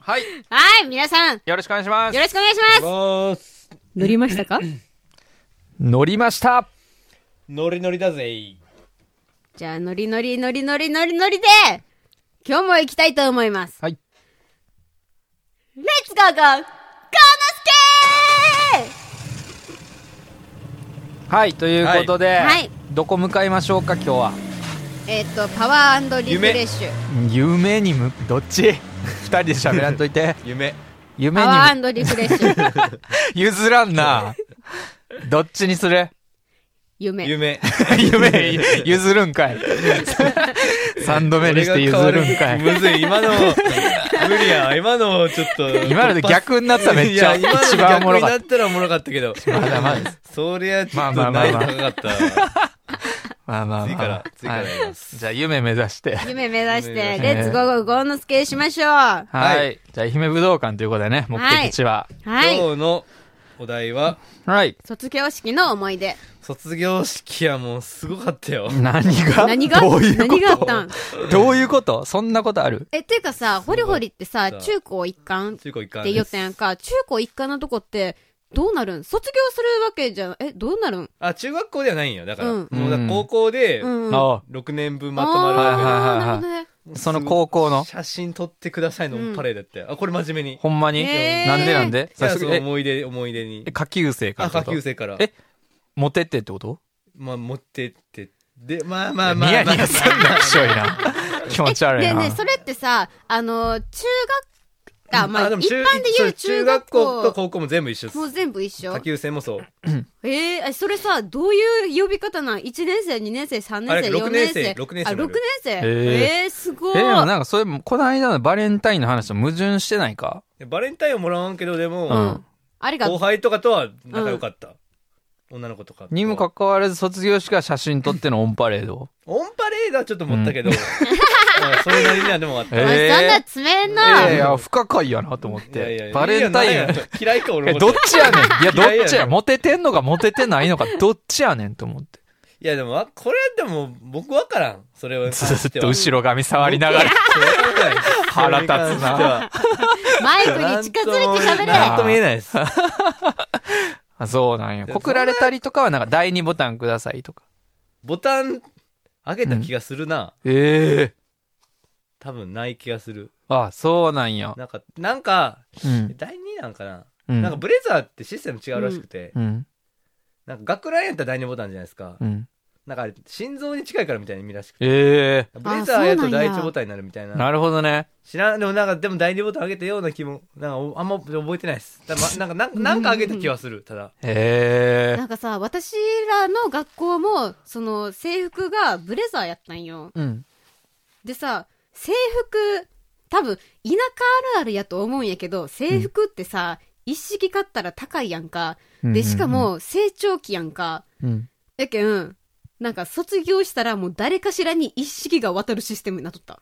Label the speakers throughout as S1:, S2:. S1: はい。
S2: はい、皆さん、よ
S1: よろしくお願いします。
S2: ろしくお願いします。
S3: ます。
S2: 乗りましたか
S1: 乗りました。
S3: ノリノリだぜ。
S2: じゃあ、乗り乗り乗り乗り乗り乗りで、今日も行きたいと思います。
S1: はい。
S2: レッツゴーゴーゴーノス
S1: はい、ということで、
S2: はい
S1: どこ向かいましょうか、今日は。
S2: ケーえっと、パワーリフレッシュ。
S1: 夢にむ、どっち二人で喋らんとい て。
S3: 夢。
S1: 夢
S2: パ
S1: にむ、
S2: ワーリフレッシュ。
S1: 譲らん な。どっちにする
S2: 夢。
S3: 夢。
S1: 夢、譲るんか い。三度目にして譲るんかい。
S3: むずい、今の、無理や、今の、ちょっと。
S1: 今ので逆になっためっちゃ
S3: いや今ので
S1: 一番おもろかっ
S3: 逆になったらおもろかったけど。
S1: まだまだです。
S3: そりゃ、ちょっ
S1: まあ
S3: と
S1: まあ
S3: 難
S1: まあ
S3: 易
S1: まあ
S3: 度高かっ
S1: まあまあまあ。
S3: 次から次からやりま
S1: はいじゃあ夢目指して。
S2: 夢目指し
S1: 目指して
S2: て、
S3: 夢
S2: レッツゴーゴーゴーノスケしましょう。は
S1: はい。
S3: はい
S1: じゃあ愛媛武道館ということでね、目的地は。
S3: た。
S2: い。
S3: 今日のお題は、
S1: はい。
S2: 卒業式の思い出。
S3: 卒業式はもうすごかったよ。
S1: 何が
S2: 何が
S1: どういう
S2: 何があっ
S1: こ
S2: たん
S1: とどういうことそんなことある
S2: え、ていうかさ、ホリホリってさ、
S3: そう
S2: 中高一貫
S3: 中高一貫
S2: って言ったやんか、中高一貫のとこって、どうなるん卒業するわけじゃん、え、どうなるん
S3: あ、中学校ではないんよ。だから、
S2: うん
S3: もうだから高校で、
S2: うん。あ
S1: あ
S3: 6年分
S2: ー、
S3: まとまるわけよ
S2: なるほどね。
S1: その高校の
S3: 写真撮ってくださいのパレードやって、あこれ真面目に
S1: ほんまに
S2: へー
S1: なんでなんで
S3: じゃあその
S1: え、
S3: 思い出思い出に
S1: え下級生からっ
S3: あ
S1: てこ
S3: 下
S1: と
S3: 級生から
S1: えモテってってこと
S3: まあ持ってってでまあまあまあ、
S1: ニ
S3: ま
S1: ヤ
S3: あ、
S1: ニヤすんな、きしょいな。 気持ち悪い
S2: え
S1: な。
S2: ねえねえそれってさ、あの、中学、あ、まあ、
S3: でも
S2: 一
S3: 中
S2: 般で言う
S3: そう
S2: 中学
S3: 中学校と
S2: 校、
S3: 高校も全部一緒です
S2: もう全部一緒
S3: 下級生もそう
S2: えー、あそれさ、どういう呼び方なん ?1 年生、2年生、3
S3: あ
S2: 年生、
S3: れ六
S2: 4年生。
S3: 年生六年生
S2: あ、
S3: にな
S2: 6
S3: る
S2: 年生。えー、すごい。
S1: え、でもなんかそれも、この間のバレンタインの話と矛盾してないか
S3: バレンタインはもらわんけどでも、
S1: うん
S2: ありがと
S3: 後
S2: う。
S3: 輩とかとは仲良かった、女の子とか
S1: にもかかわらず卒業式は写真撮ってのオンパレード。
S3: オンパレードはちょっと持ったけど、 うんそれなりにはでもあった、
S1: え
S2: おい
S1: へー
S2: そんな詰めん
S1: い
S2: な。
S1: やいや、不可解やなと思っ
S3: いやいや
S1: て。バレンタ
S3: いい
S1: イ
S3: や
S1: ン
S3: なん。や嫌いか俺
S1: え、
S3: も
S1: どっちやねん。いや、ど
S3: 嫌いや
S1: っちや。モテてんのかモテてないのか、どっちやねんと思って。
S3: いやでもあこれでも僕わからんそ れを
S1: ずっと後ろ髪触りながら。腹立つな
S2: マイクに近づいて喋れ。
S3: なんとも言えないです。
S1: あ、そうなんや。告られたりとかは、なんか、第二ボタンくださいとか。
S3: ボタン、上げた気がするな。
S1: ええ
S3: 多分ない気がする。
S1: あ、そうなんや。
S3: なんか、なんか、
S1: うん。
S3: 第2なんかな、
S1: うん
S3: なんかブレザーってシステム違うらしくて、
S1: うん。
S3: なんか学ランやったら第2ボタンじゃないですか。
S1: うん。
S3: なんかあれ、心臓に近いからみたいな意味らしくて。
S1: ええ
S3: ブレザーや
S2: あそ
S3: と
S2: うなん
S3: 第
S2: や
S3: 1ボタンになるみたいな。
S1: なるほどね。
S3: 知らん、でもなんか、でも第2ボタン上げたような気も、なんかおあんま覚えてないです。だまなんか、なんかなんか上げた気はする、ただ。
S1: ええ
S2: なんかさ、私らの学校も、その、制服がブレザーやったんよ。
S1: うん。
S2: でさ、制服、多分、田舎あるあるやと思うんやけど、制服ってさ、一式買ったら高いやんか。
S1: うんうんう
S2: で、
S1: ん
S2: しかも、成長期やんか。
S1: うん。
S2: やけん、なんか卒業したらもう誰かしらに一式が渡るシステムになっとった。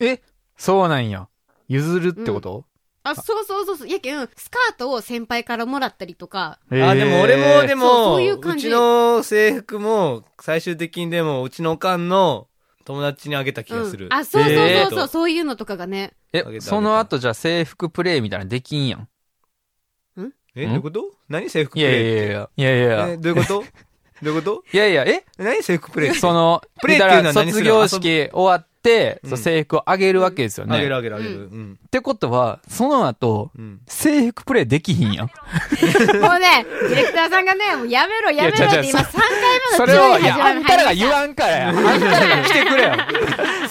S1: えそうなんや。譲るってこと、
S2: あ、そうそうそうそう。やけん、スカートを先輩からもらったりとか。
S3: あ、でも俺も、でも、
S2: そう
S3: う
S2: そういう感じ
S3: ちの制服も、最終的にでも、うちのおかんの友達にあげた気がする。
S2: うん、あ、そうそう
S1: えー
S2: そうそう、そういうのとかがね。
S3: あげ
S1: え、
S3: た
S1: その後じゃあ制服プレイみたいなのできんやん。
S3: え、
S1: ん
S3: どういうこと何制服プ
S1: いやい
S3: レイ
S1: やいや。いやいやい
S3: え
S1: や。
S3: どういうことどういうこと
S1: いやいや、え
S3: 何制服プレイって
S1: その、
S3: プレイっていうのは
S1: だから
S3: 何す
S1: 卒
S3: るの
S1: 業式終わって、
S3: うん
S1: そう制服をあげるわけですよね。
S3: あげるあげるあげる。うん。
S1: ってことは、その後、
S3: うん。
S1: 制服プレイできひんやん。
S2: もうね、ディレクターさんがね、もうやめろ、やめろっ
S1: いや違う違
S2: て
S1: う
S2: 今3
S1: そ
S2: 回目
S1: れ
S2: の
S1: を、
S2: 注意
S1: いや、あん
S2: 始まり
S1: たらが
S2: まし
S1: 言わんからや。あんたらが来てくれよ。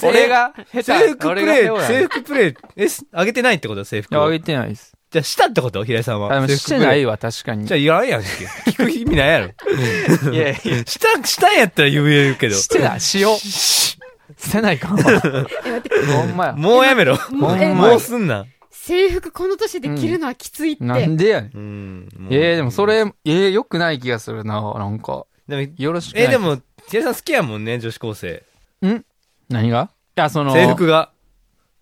S1: 俺が、下手。
S3: 制服プレイ、制服プレイ、え、すあげてないってこと制服
S1: いや、あ
S3: を。
S1: げ
S3: じ
S1: てないです。
S3: ゃあ、したってこと平井さん
S1: あ、で
S3: は。
S1: も
S3: 制
S1: し
S3: 服
S1: て
S3: プレイ
S1: ないわ、確かに。
S3: じゃあ、いらんやんけ。聞く意味ないやろ。
S1: いやいや、
S3: した、したんやったら言えるけど。
S1: してない、しよう。してないか。ほんまや。
S3: もうやめろ。
S1: ほんまや
S3: もうすんな。
S2: 制服この年で着るのはきついって。
S1: なんでやねん。
S3: うん。もう
S1: ええ、でもそれ、ええ、良くない気がするな、なんか。
S3: でも
S1: よろしくない。
S3: え、でも、平井さん好きやもんね、女子高生。
S1: ん何がいや、その、
S3: 制服が。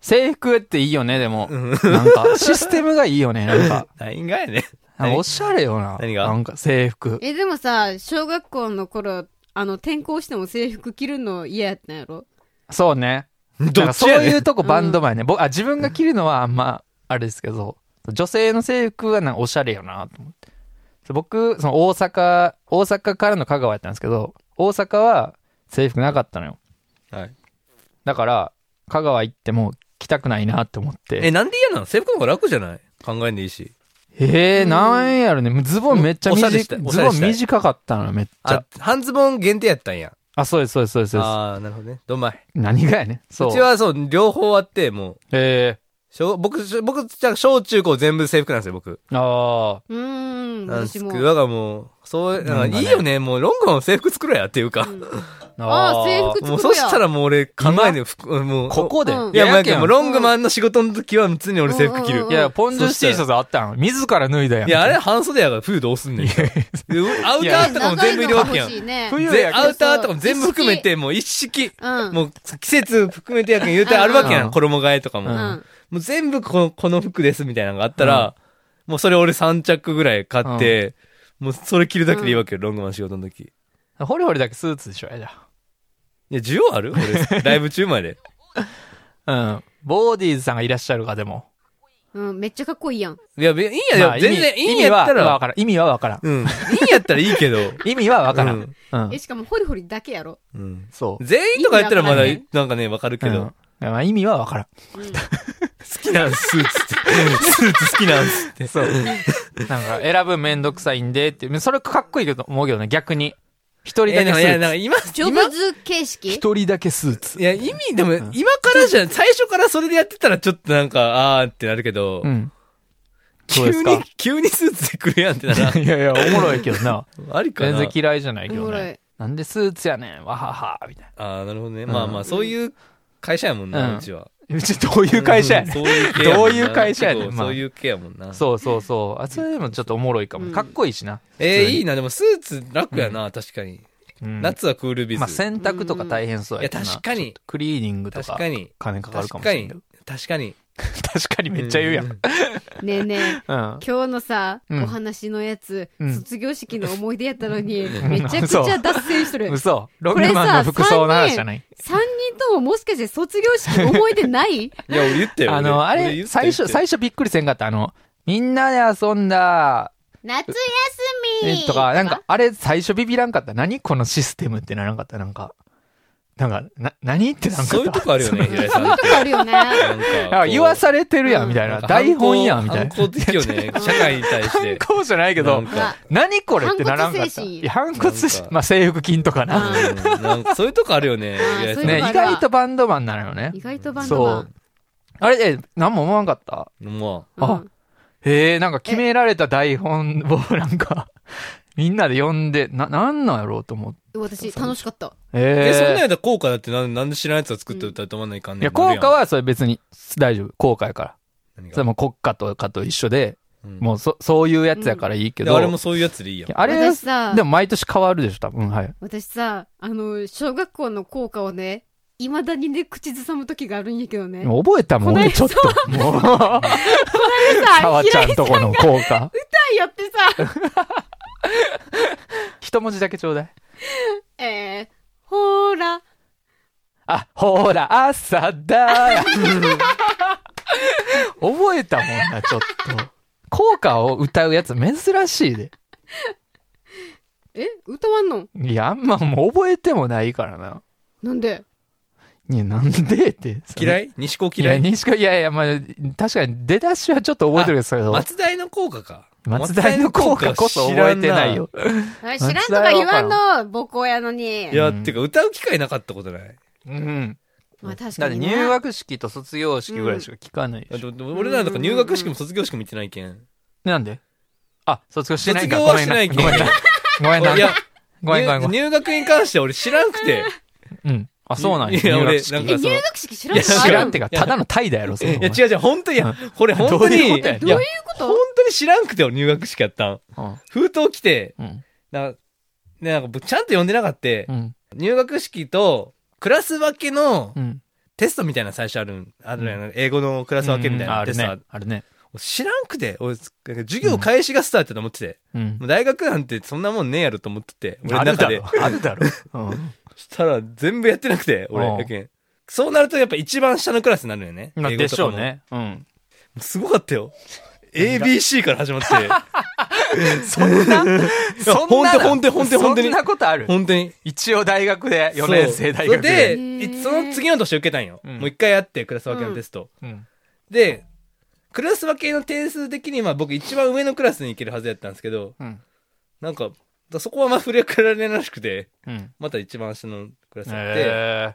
S1: 制服っていいよね、でも。なんか、システムがいいよね、なん か。
S3: 何がやね。
S1: なんかおしゃれよな。
S3: 何が
S1: なんか制服。
S2: え、でもさ、小学校の頃、あの、転校しても制服着るの嫌やったんやろ
S1: そうね。なん
S3: ど
S1: か
S3: っ
S1: そ
S3: ち
S1: う
S3: や
S1: い
S3: ねん
S1: うとこバンドマンやね。僕、あ、自分が着るのはあんま、あれですけど、女性の制服はなんかおしゃれよなと思って。そう僕、その大阪、大阪からの香川やったんですけど、大阪は制服なかったのよ。
S3: はい
S1: だから、香川行っても着たくないなって思って。
S3: え、なんで嫌なの制服の方が楽じゃない考えんでいいし。
S1: えー、なんやろね。もうズボンめっちゃ
S3: おしゃれし
S1: 短
S3: たい
S1: い。
S3: おし
S1: ズ
S3: ゃれ
S1: ボ
S3: し
S1: ン
S3: たい
S1: 短かったのよ、めっちゃ
S3: あ。、半ズボン限定やったんや。
S1: あ、そうです、そうです、そうです。そうです
S3: ああ、なるほどね。どんまい。
S1: 何がやねん。そうう。
S3: ちはそう、両方あって、もう、
S1: え
S3: 小僕、小僕、じゃあ小中高全部制服なんですよ、僕。
S1: ー、あ
S2: うーん、
S3: なんです
S2: 私
S3: け
S2: も。
S3: ど、だからもう、そう、
S1: な
S3: なんん
S1: か
S3: か
S1: ね
S3: いいよね、もうロングも制服作ろうやっていうか。
S1: ー
S2: あー制服
S3: もうそしたらもう俺考えねえ、服、もう。
S1: ここで。
S2: うん
S3: いや、もうなんか
S1: けん
S3: もうロングマンの仕事の時は常に俺制服
S2: うんう
S3: 着
S2: んうん
S3: る
S2: うん
S1: い。や、ポンジュース T シャツあったん。自ら脱いだやん。
S3: いや、あれ半袖やから冬どうすんねん。アウターとかも全部いるわけやん。
S2: ん。ね、
S1: 冬
S3: ぜ
S1: やけど
S3: アウターとかも全部含めて、もう一式。
S2: うん。
S3: もう季節含めてやけん言うてあるわけや
S1: う ん
S3: ん、衣替えとか
S1: う
S2: う
S3: も。
S2: ん。
S3: もう全部このこの服ですみたいなのがあったら、もうそれ俺3着ぐらい買って、もうそれ着るだけでいいわけよ、ロングマン仕事の時。
S1: ホリホリだけスーツでしょ、じゃ
S3: いや、需要ある 俺、ライブ中まで。
S1: あうん。ボーディーズさんがいらっしゃるか、でも。
S2: うん。めっちゃかっこいいやん。
S3: いや、いいんや、
S1: まあ
S3: 全然、い
S1: 意味
S3: いんやった
S1: 意味はわ
S3: ら、
S1: からん。意味はわからん。
S3: うん、いいんやったらいい けど、
S1: 意味はわから
S3: うん
S1: ん。うん
S2: え、。しかもホリホリだけやろ。
S3: うん
S1: そう。
S3: 全員とかやったらまだ
S2: 意味わかん、
S3: なんかね、わかるけ
S1: うん
S3: ど、好
S1: まあ意味はわからん。
S3: きなんす、スーツって。 スーツ好きなんすって。
S1: そう。 なんか、選ぶんめんどくさいんでって。それかっこいいけど思うけどね、逆に。一人だ
S3: え、で
S1: け
S3: も
S1: ス
S3: いや、
S1: ー
S3: な
S1: ツ。
S3: んか今、
S2: ジョ
S3: 今、
S2: ブズ形式
S1: 一人だけスーツ
S3: い。や、意味、でも、今からじゃん、最初からそれでやってたらちょっとなんか、あーってなるけど
S1: う、ん。そうで
S3: 急
S1: す
S3: に
S1: か、
S3: 急にスーツで来るやんってなら、
S1: いやいや、おもろいけどな。
S3: あ りか
S1: 全
S3: な
S1: 然。嫌いじゃないけ
S2: お
S1: ど
S2: もろ
S1: ね
S2: い。
S1: なんでスーツやねん、わはは、みたい
S3: あー、なるほどね。
S1: ん
S3: まあまあ、そういう会社やもん
S1: うん
S3: な、うちは。
S1: な。うちどういう会社やねん
S3: んそういう系やも
S1: ど
S3: んな
S1: ういう会社やねん
S3: 結構
S1: まあ
S3: そういう系やもんな。
S1: そうそうそう。あ、それでもちょっとおもろいかも。
S2: うん
S1: かっこいいしな。
S3: え
S1: 普
S3: ー、
S1: 通に
S3: いいな。でもスーツ楽やな、確かに。
S1: うん
S3: 夏はクールビズ。
S1: まあ洗濯とか大変そうやけどな。
S3: いや確かに
S1: ちょっとクリーニングと
S3: 確
S1: か
S3: かに。
S1: 金かかるか
S3: 確
S1: もしれ
S3: か
S1: ん
S3: に
S1: けど。。
S3: 確かに。
S1: 確かにめっちゃ言うやん。うん。
S2: ねえね え、今日のさ、
S1: うん
S2: お話のやつ、
S1: うん
S2: 卒業式の思い出やったのに、めちゃくちゃ脱線しとる
S1: うん。。嘘。ロングマンの服装の話じゃない。
S2: 三人とももしかして卒業式思い出ない
S3: いや、俺言ったよ。
S1: あの、あ
S3: 俺
S1: れ、最初、最初びっくりせんかった。あの、みんなで遊んだ、
S2: 夏休
S1: えとか、なんか、あれ、最初ビビらんかった。何このシステムってならんかった。なんか、なんか、な、何ってなんかった。
S3: そういうとこあるよ ね、平井
S2: そ
S3: さ
S2: うんいう。とこあるよね。
S3: なんかこう
S1: なんか言わされてるやん、みたい
S3: な
S1: な。
S3: んか
S1: 台本やん、みたいな。
S3: 反抗的よ ね、社会に対して。
S1: こうじゃないけど
S3: なん、
S2: あ
S3: か
S1: 何これってならんかった。
S2: 反骨精神
S1: いや反骨精
S3: なん
S1: 神。
S3: か
S1: まあ制服金とかな。
S3: うんなんかそういうとこあるよね、
S2: あー
S3: 平井
S2: そ
S3: さ。
S2: うん
S1: ね、意
S2: とこあるわ
S1: 外とバンドマンなのよね
S2: 意。外とバンドマ
S1: そ
S2: ン
S1: う。。あれ、え、何も思わんかった
S3: も
S1: あ
S2: うん
S1: へえ、なんか決められた台本を なんか、みんなで読んで、な、なんなんやろうと思って。
S2: 私、楽しかった。
S3: う。え、そんなん
S1: え
S3: やったら効果だってなんなんで知らんやつを作って歌ってもらわないかん
S1: え。
S3: ねん
S1: いや、効果、はそれ別に大丈夫。効果やから。
S3: 何
S1: それ
S3: が
S1: も国家とかと一緒で、
S3: うん
S1: もうそ、そういうやつやからいいけ
S3: い
S1: ど。
S3: やあれもそういうやつでいいや
S1: い
S3: ん
S1: や。あれ
S2: 私さ
S1: でも毎年変わるでしょ、多分。はい。
S2: 私さ、あの、小学校の校歌をね、未だにね、口ずさむ時があるんやけどね。
S1: 覚えたもん
S2: こ
S1: ね、
S2: れ
S1: ちょっと。もう、
S2: さ
S1: 沢ち
S2: 平
S1: ゃ
S2: 井
S1: ん
S2: さ
S1: と
S2: ん
S1: この効果。
S2: やって さ、
S1: 一文字だけちょうだい。
S2: えー、ほーら、
S1: あ、ほら、朝だ。 覚えたもんな、ちょっと。効果を歌うやつ珍しいで。
S2: え歌わんの
S1: いや、あんまもう覚えてもないからな。
S2: なんで
S1: いや、なんでって。
S3: 嫌
S1: い
S3: い西高
S1: 嫌
S3: 嫌
S1: い
S3: い
S1: にしか、いやいや、まあ、確かに出だしはちょっと覚えてるけど、
S3: 松代の効果か。
S1: 松代の効果こそ覚えてないよ。
S2: あ知らんとか言わんの母校やの
S3: い
S2: に。
S3: や、
S1: うん
S3: てか歌う機会なかったことない。
S1: うん。
S2: まあ確
S1: だ
S2: か
S1: って
S2: にね。
S1: 入学式と卒業式ぐらいしか聞かないでしょ。
S3: だって俺らなんか入学式も卒業式も行ってないけん。
S1: なんであ、卒業してないか。
S3: 卒業はしないけ
S1: ご
S3: ん
S1: めんな。ごめんな。
S3: いや、
S1: ごめんごめんごめん。
S3: 入入学に関しては俺知らんくて。
S1: うん。あ、そうなんや。
S3: いや
S1: 入学
S3: 俺
S1: 式
S3: なん
S2: え、
S3: か
S2: 入学式知らん
S3: い
S2: の
S3: や
S1: 知らんってか、
S2: あ
S1: ただのタイだやろ、そ
S3: い
S1: れ
S3: や、
S1: お前
S3: 違う違う、本当に、いや、これ本当
S1: どういう
S3: に、
S1: ことやねん
S2: るどういうこと
S3: 本当に知らんくて俺入学式やったん。封筒来て、
S1: うん。
S3: なんか、ねなんか僕ちゃんと読んでなかった、
S1: うん。
S3: 入学式と、クラス分けの
S1: うん。
S3: テストみたいなの最初あるん、あるやん、英語のクラス分けみたい
S1: うん
S3: な
S1: あ
S3: テ
S1: る
S3: ストあ
S1: ね。あるね。
S3: 知らんくて、俺、なんか授業開始がスタートだと思ってて、
S1: うん
S3: も。う大学なんてそんなもんねえやろと思ってて、俺
S1: あ
S3: の
S1: る
S3: 中
S1: だ
S3: で
S1: ろ。。あるだろ。うん。
S3: したら全部やってなくて、俺
S1: うん、
S3: やけん。そうなるとやっぱ一番下のクラスになるよね。
S1: まあ
S3: 英語
S1: で
S3: と
S1: し
S3: か
S1: ょ
S3: も
S1: う。ね。うん。
S3: すごかったよ。ABC から始まって。
S1: そんな、そんな、
S3: ほんとほんとほんとほんとに
S1: そんなことある。
S3: 本当に。
S1: 一応大学で、4年生大学
S3: で
S1: で。
S2: へー
S3: いその次の年受けたんよ。
S1: うん
S3: もう一回あって、クラス分けのテスト。
S1: うん。
S3: で、クラス分けの点数的には僕一番上のクラスに行けるはずやったんですけど、
S1: うん。
S3: なんか、だそこはまあ触れられないらしくて、
S1: うん。
S3: また一番下のクラスに行って、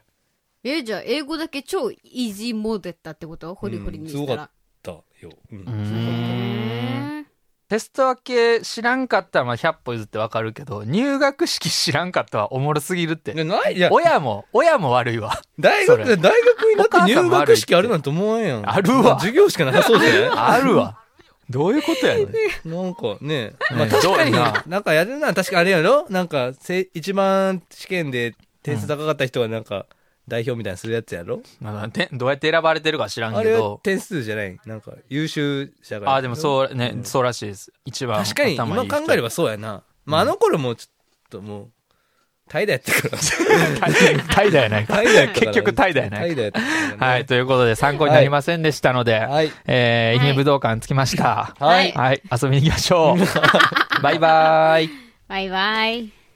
S1: え
S2: えじゃあ英語だけ超イージーモードやったってことホリホリにしたら、
S3: だよ。うん
S1: ーう
S2: へ
S1: ーん。
S2: ー
S1: テスト分け知らんかったらまあ100歩譲ってわかるけど、入学式知らんかったはおもろすぎるって。
S3: でないいや、
S1: 親も、親も悪いわ。
S3: 大
S1: そ
S3: 学
S1: れ
S3: で、大学になって
S1: お母さ
S3: 入
S1: んもある
S3: 学式あるなんて思わんやん。
S1: あるわ
S3: 授業しかなさそうじゃな
S1: あるわ。どういうことやねん。
S3: い なんかね、
S1: ね
S3: まあ確かに
S1: どうやな、
S3: なんかやるな、確かあれやろなんか、せ一番試験で点数高かった人がなんか、代表みたいなするやつやろ
S1: まあてどうやって選ばれてるか知らん
S3: あ
S1: け
S3: れは
S1: ど。
S3: 点数じゃないなんか、優秀者が。
S1: ああ、でもそう、ね、そうらしいです。一番。
S3: 確かに、今考えればそうやな。まああの頃もちょっともう、怠惰やったから。
S1: 怠惰やないか。
S3: 怠惰やったから
S1: 結局怠惰やない
S3: 怠惰やったからね
S1: はい、ということで参考になりませんでしたので、
S3: はい
S1: えー、
S2: はい
S1: 愛媛武道館着きました。
S2: はい
S1: はい、遊びに行きましょう。バイバーイ。
S2: バイバイ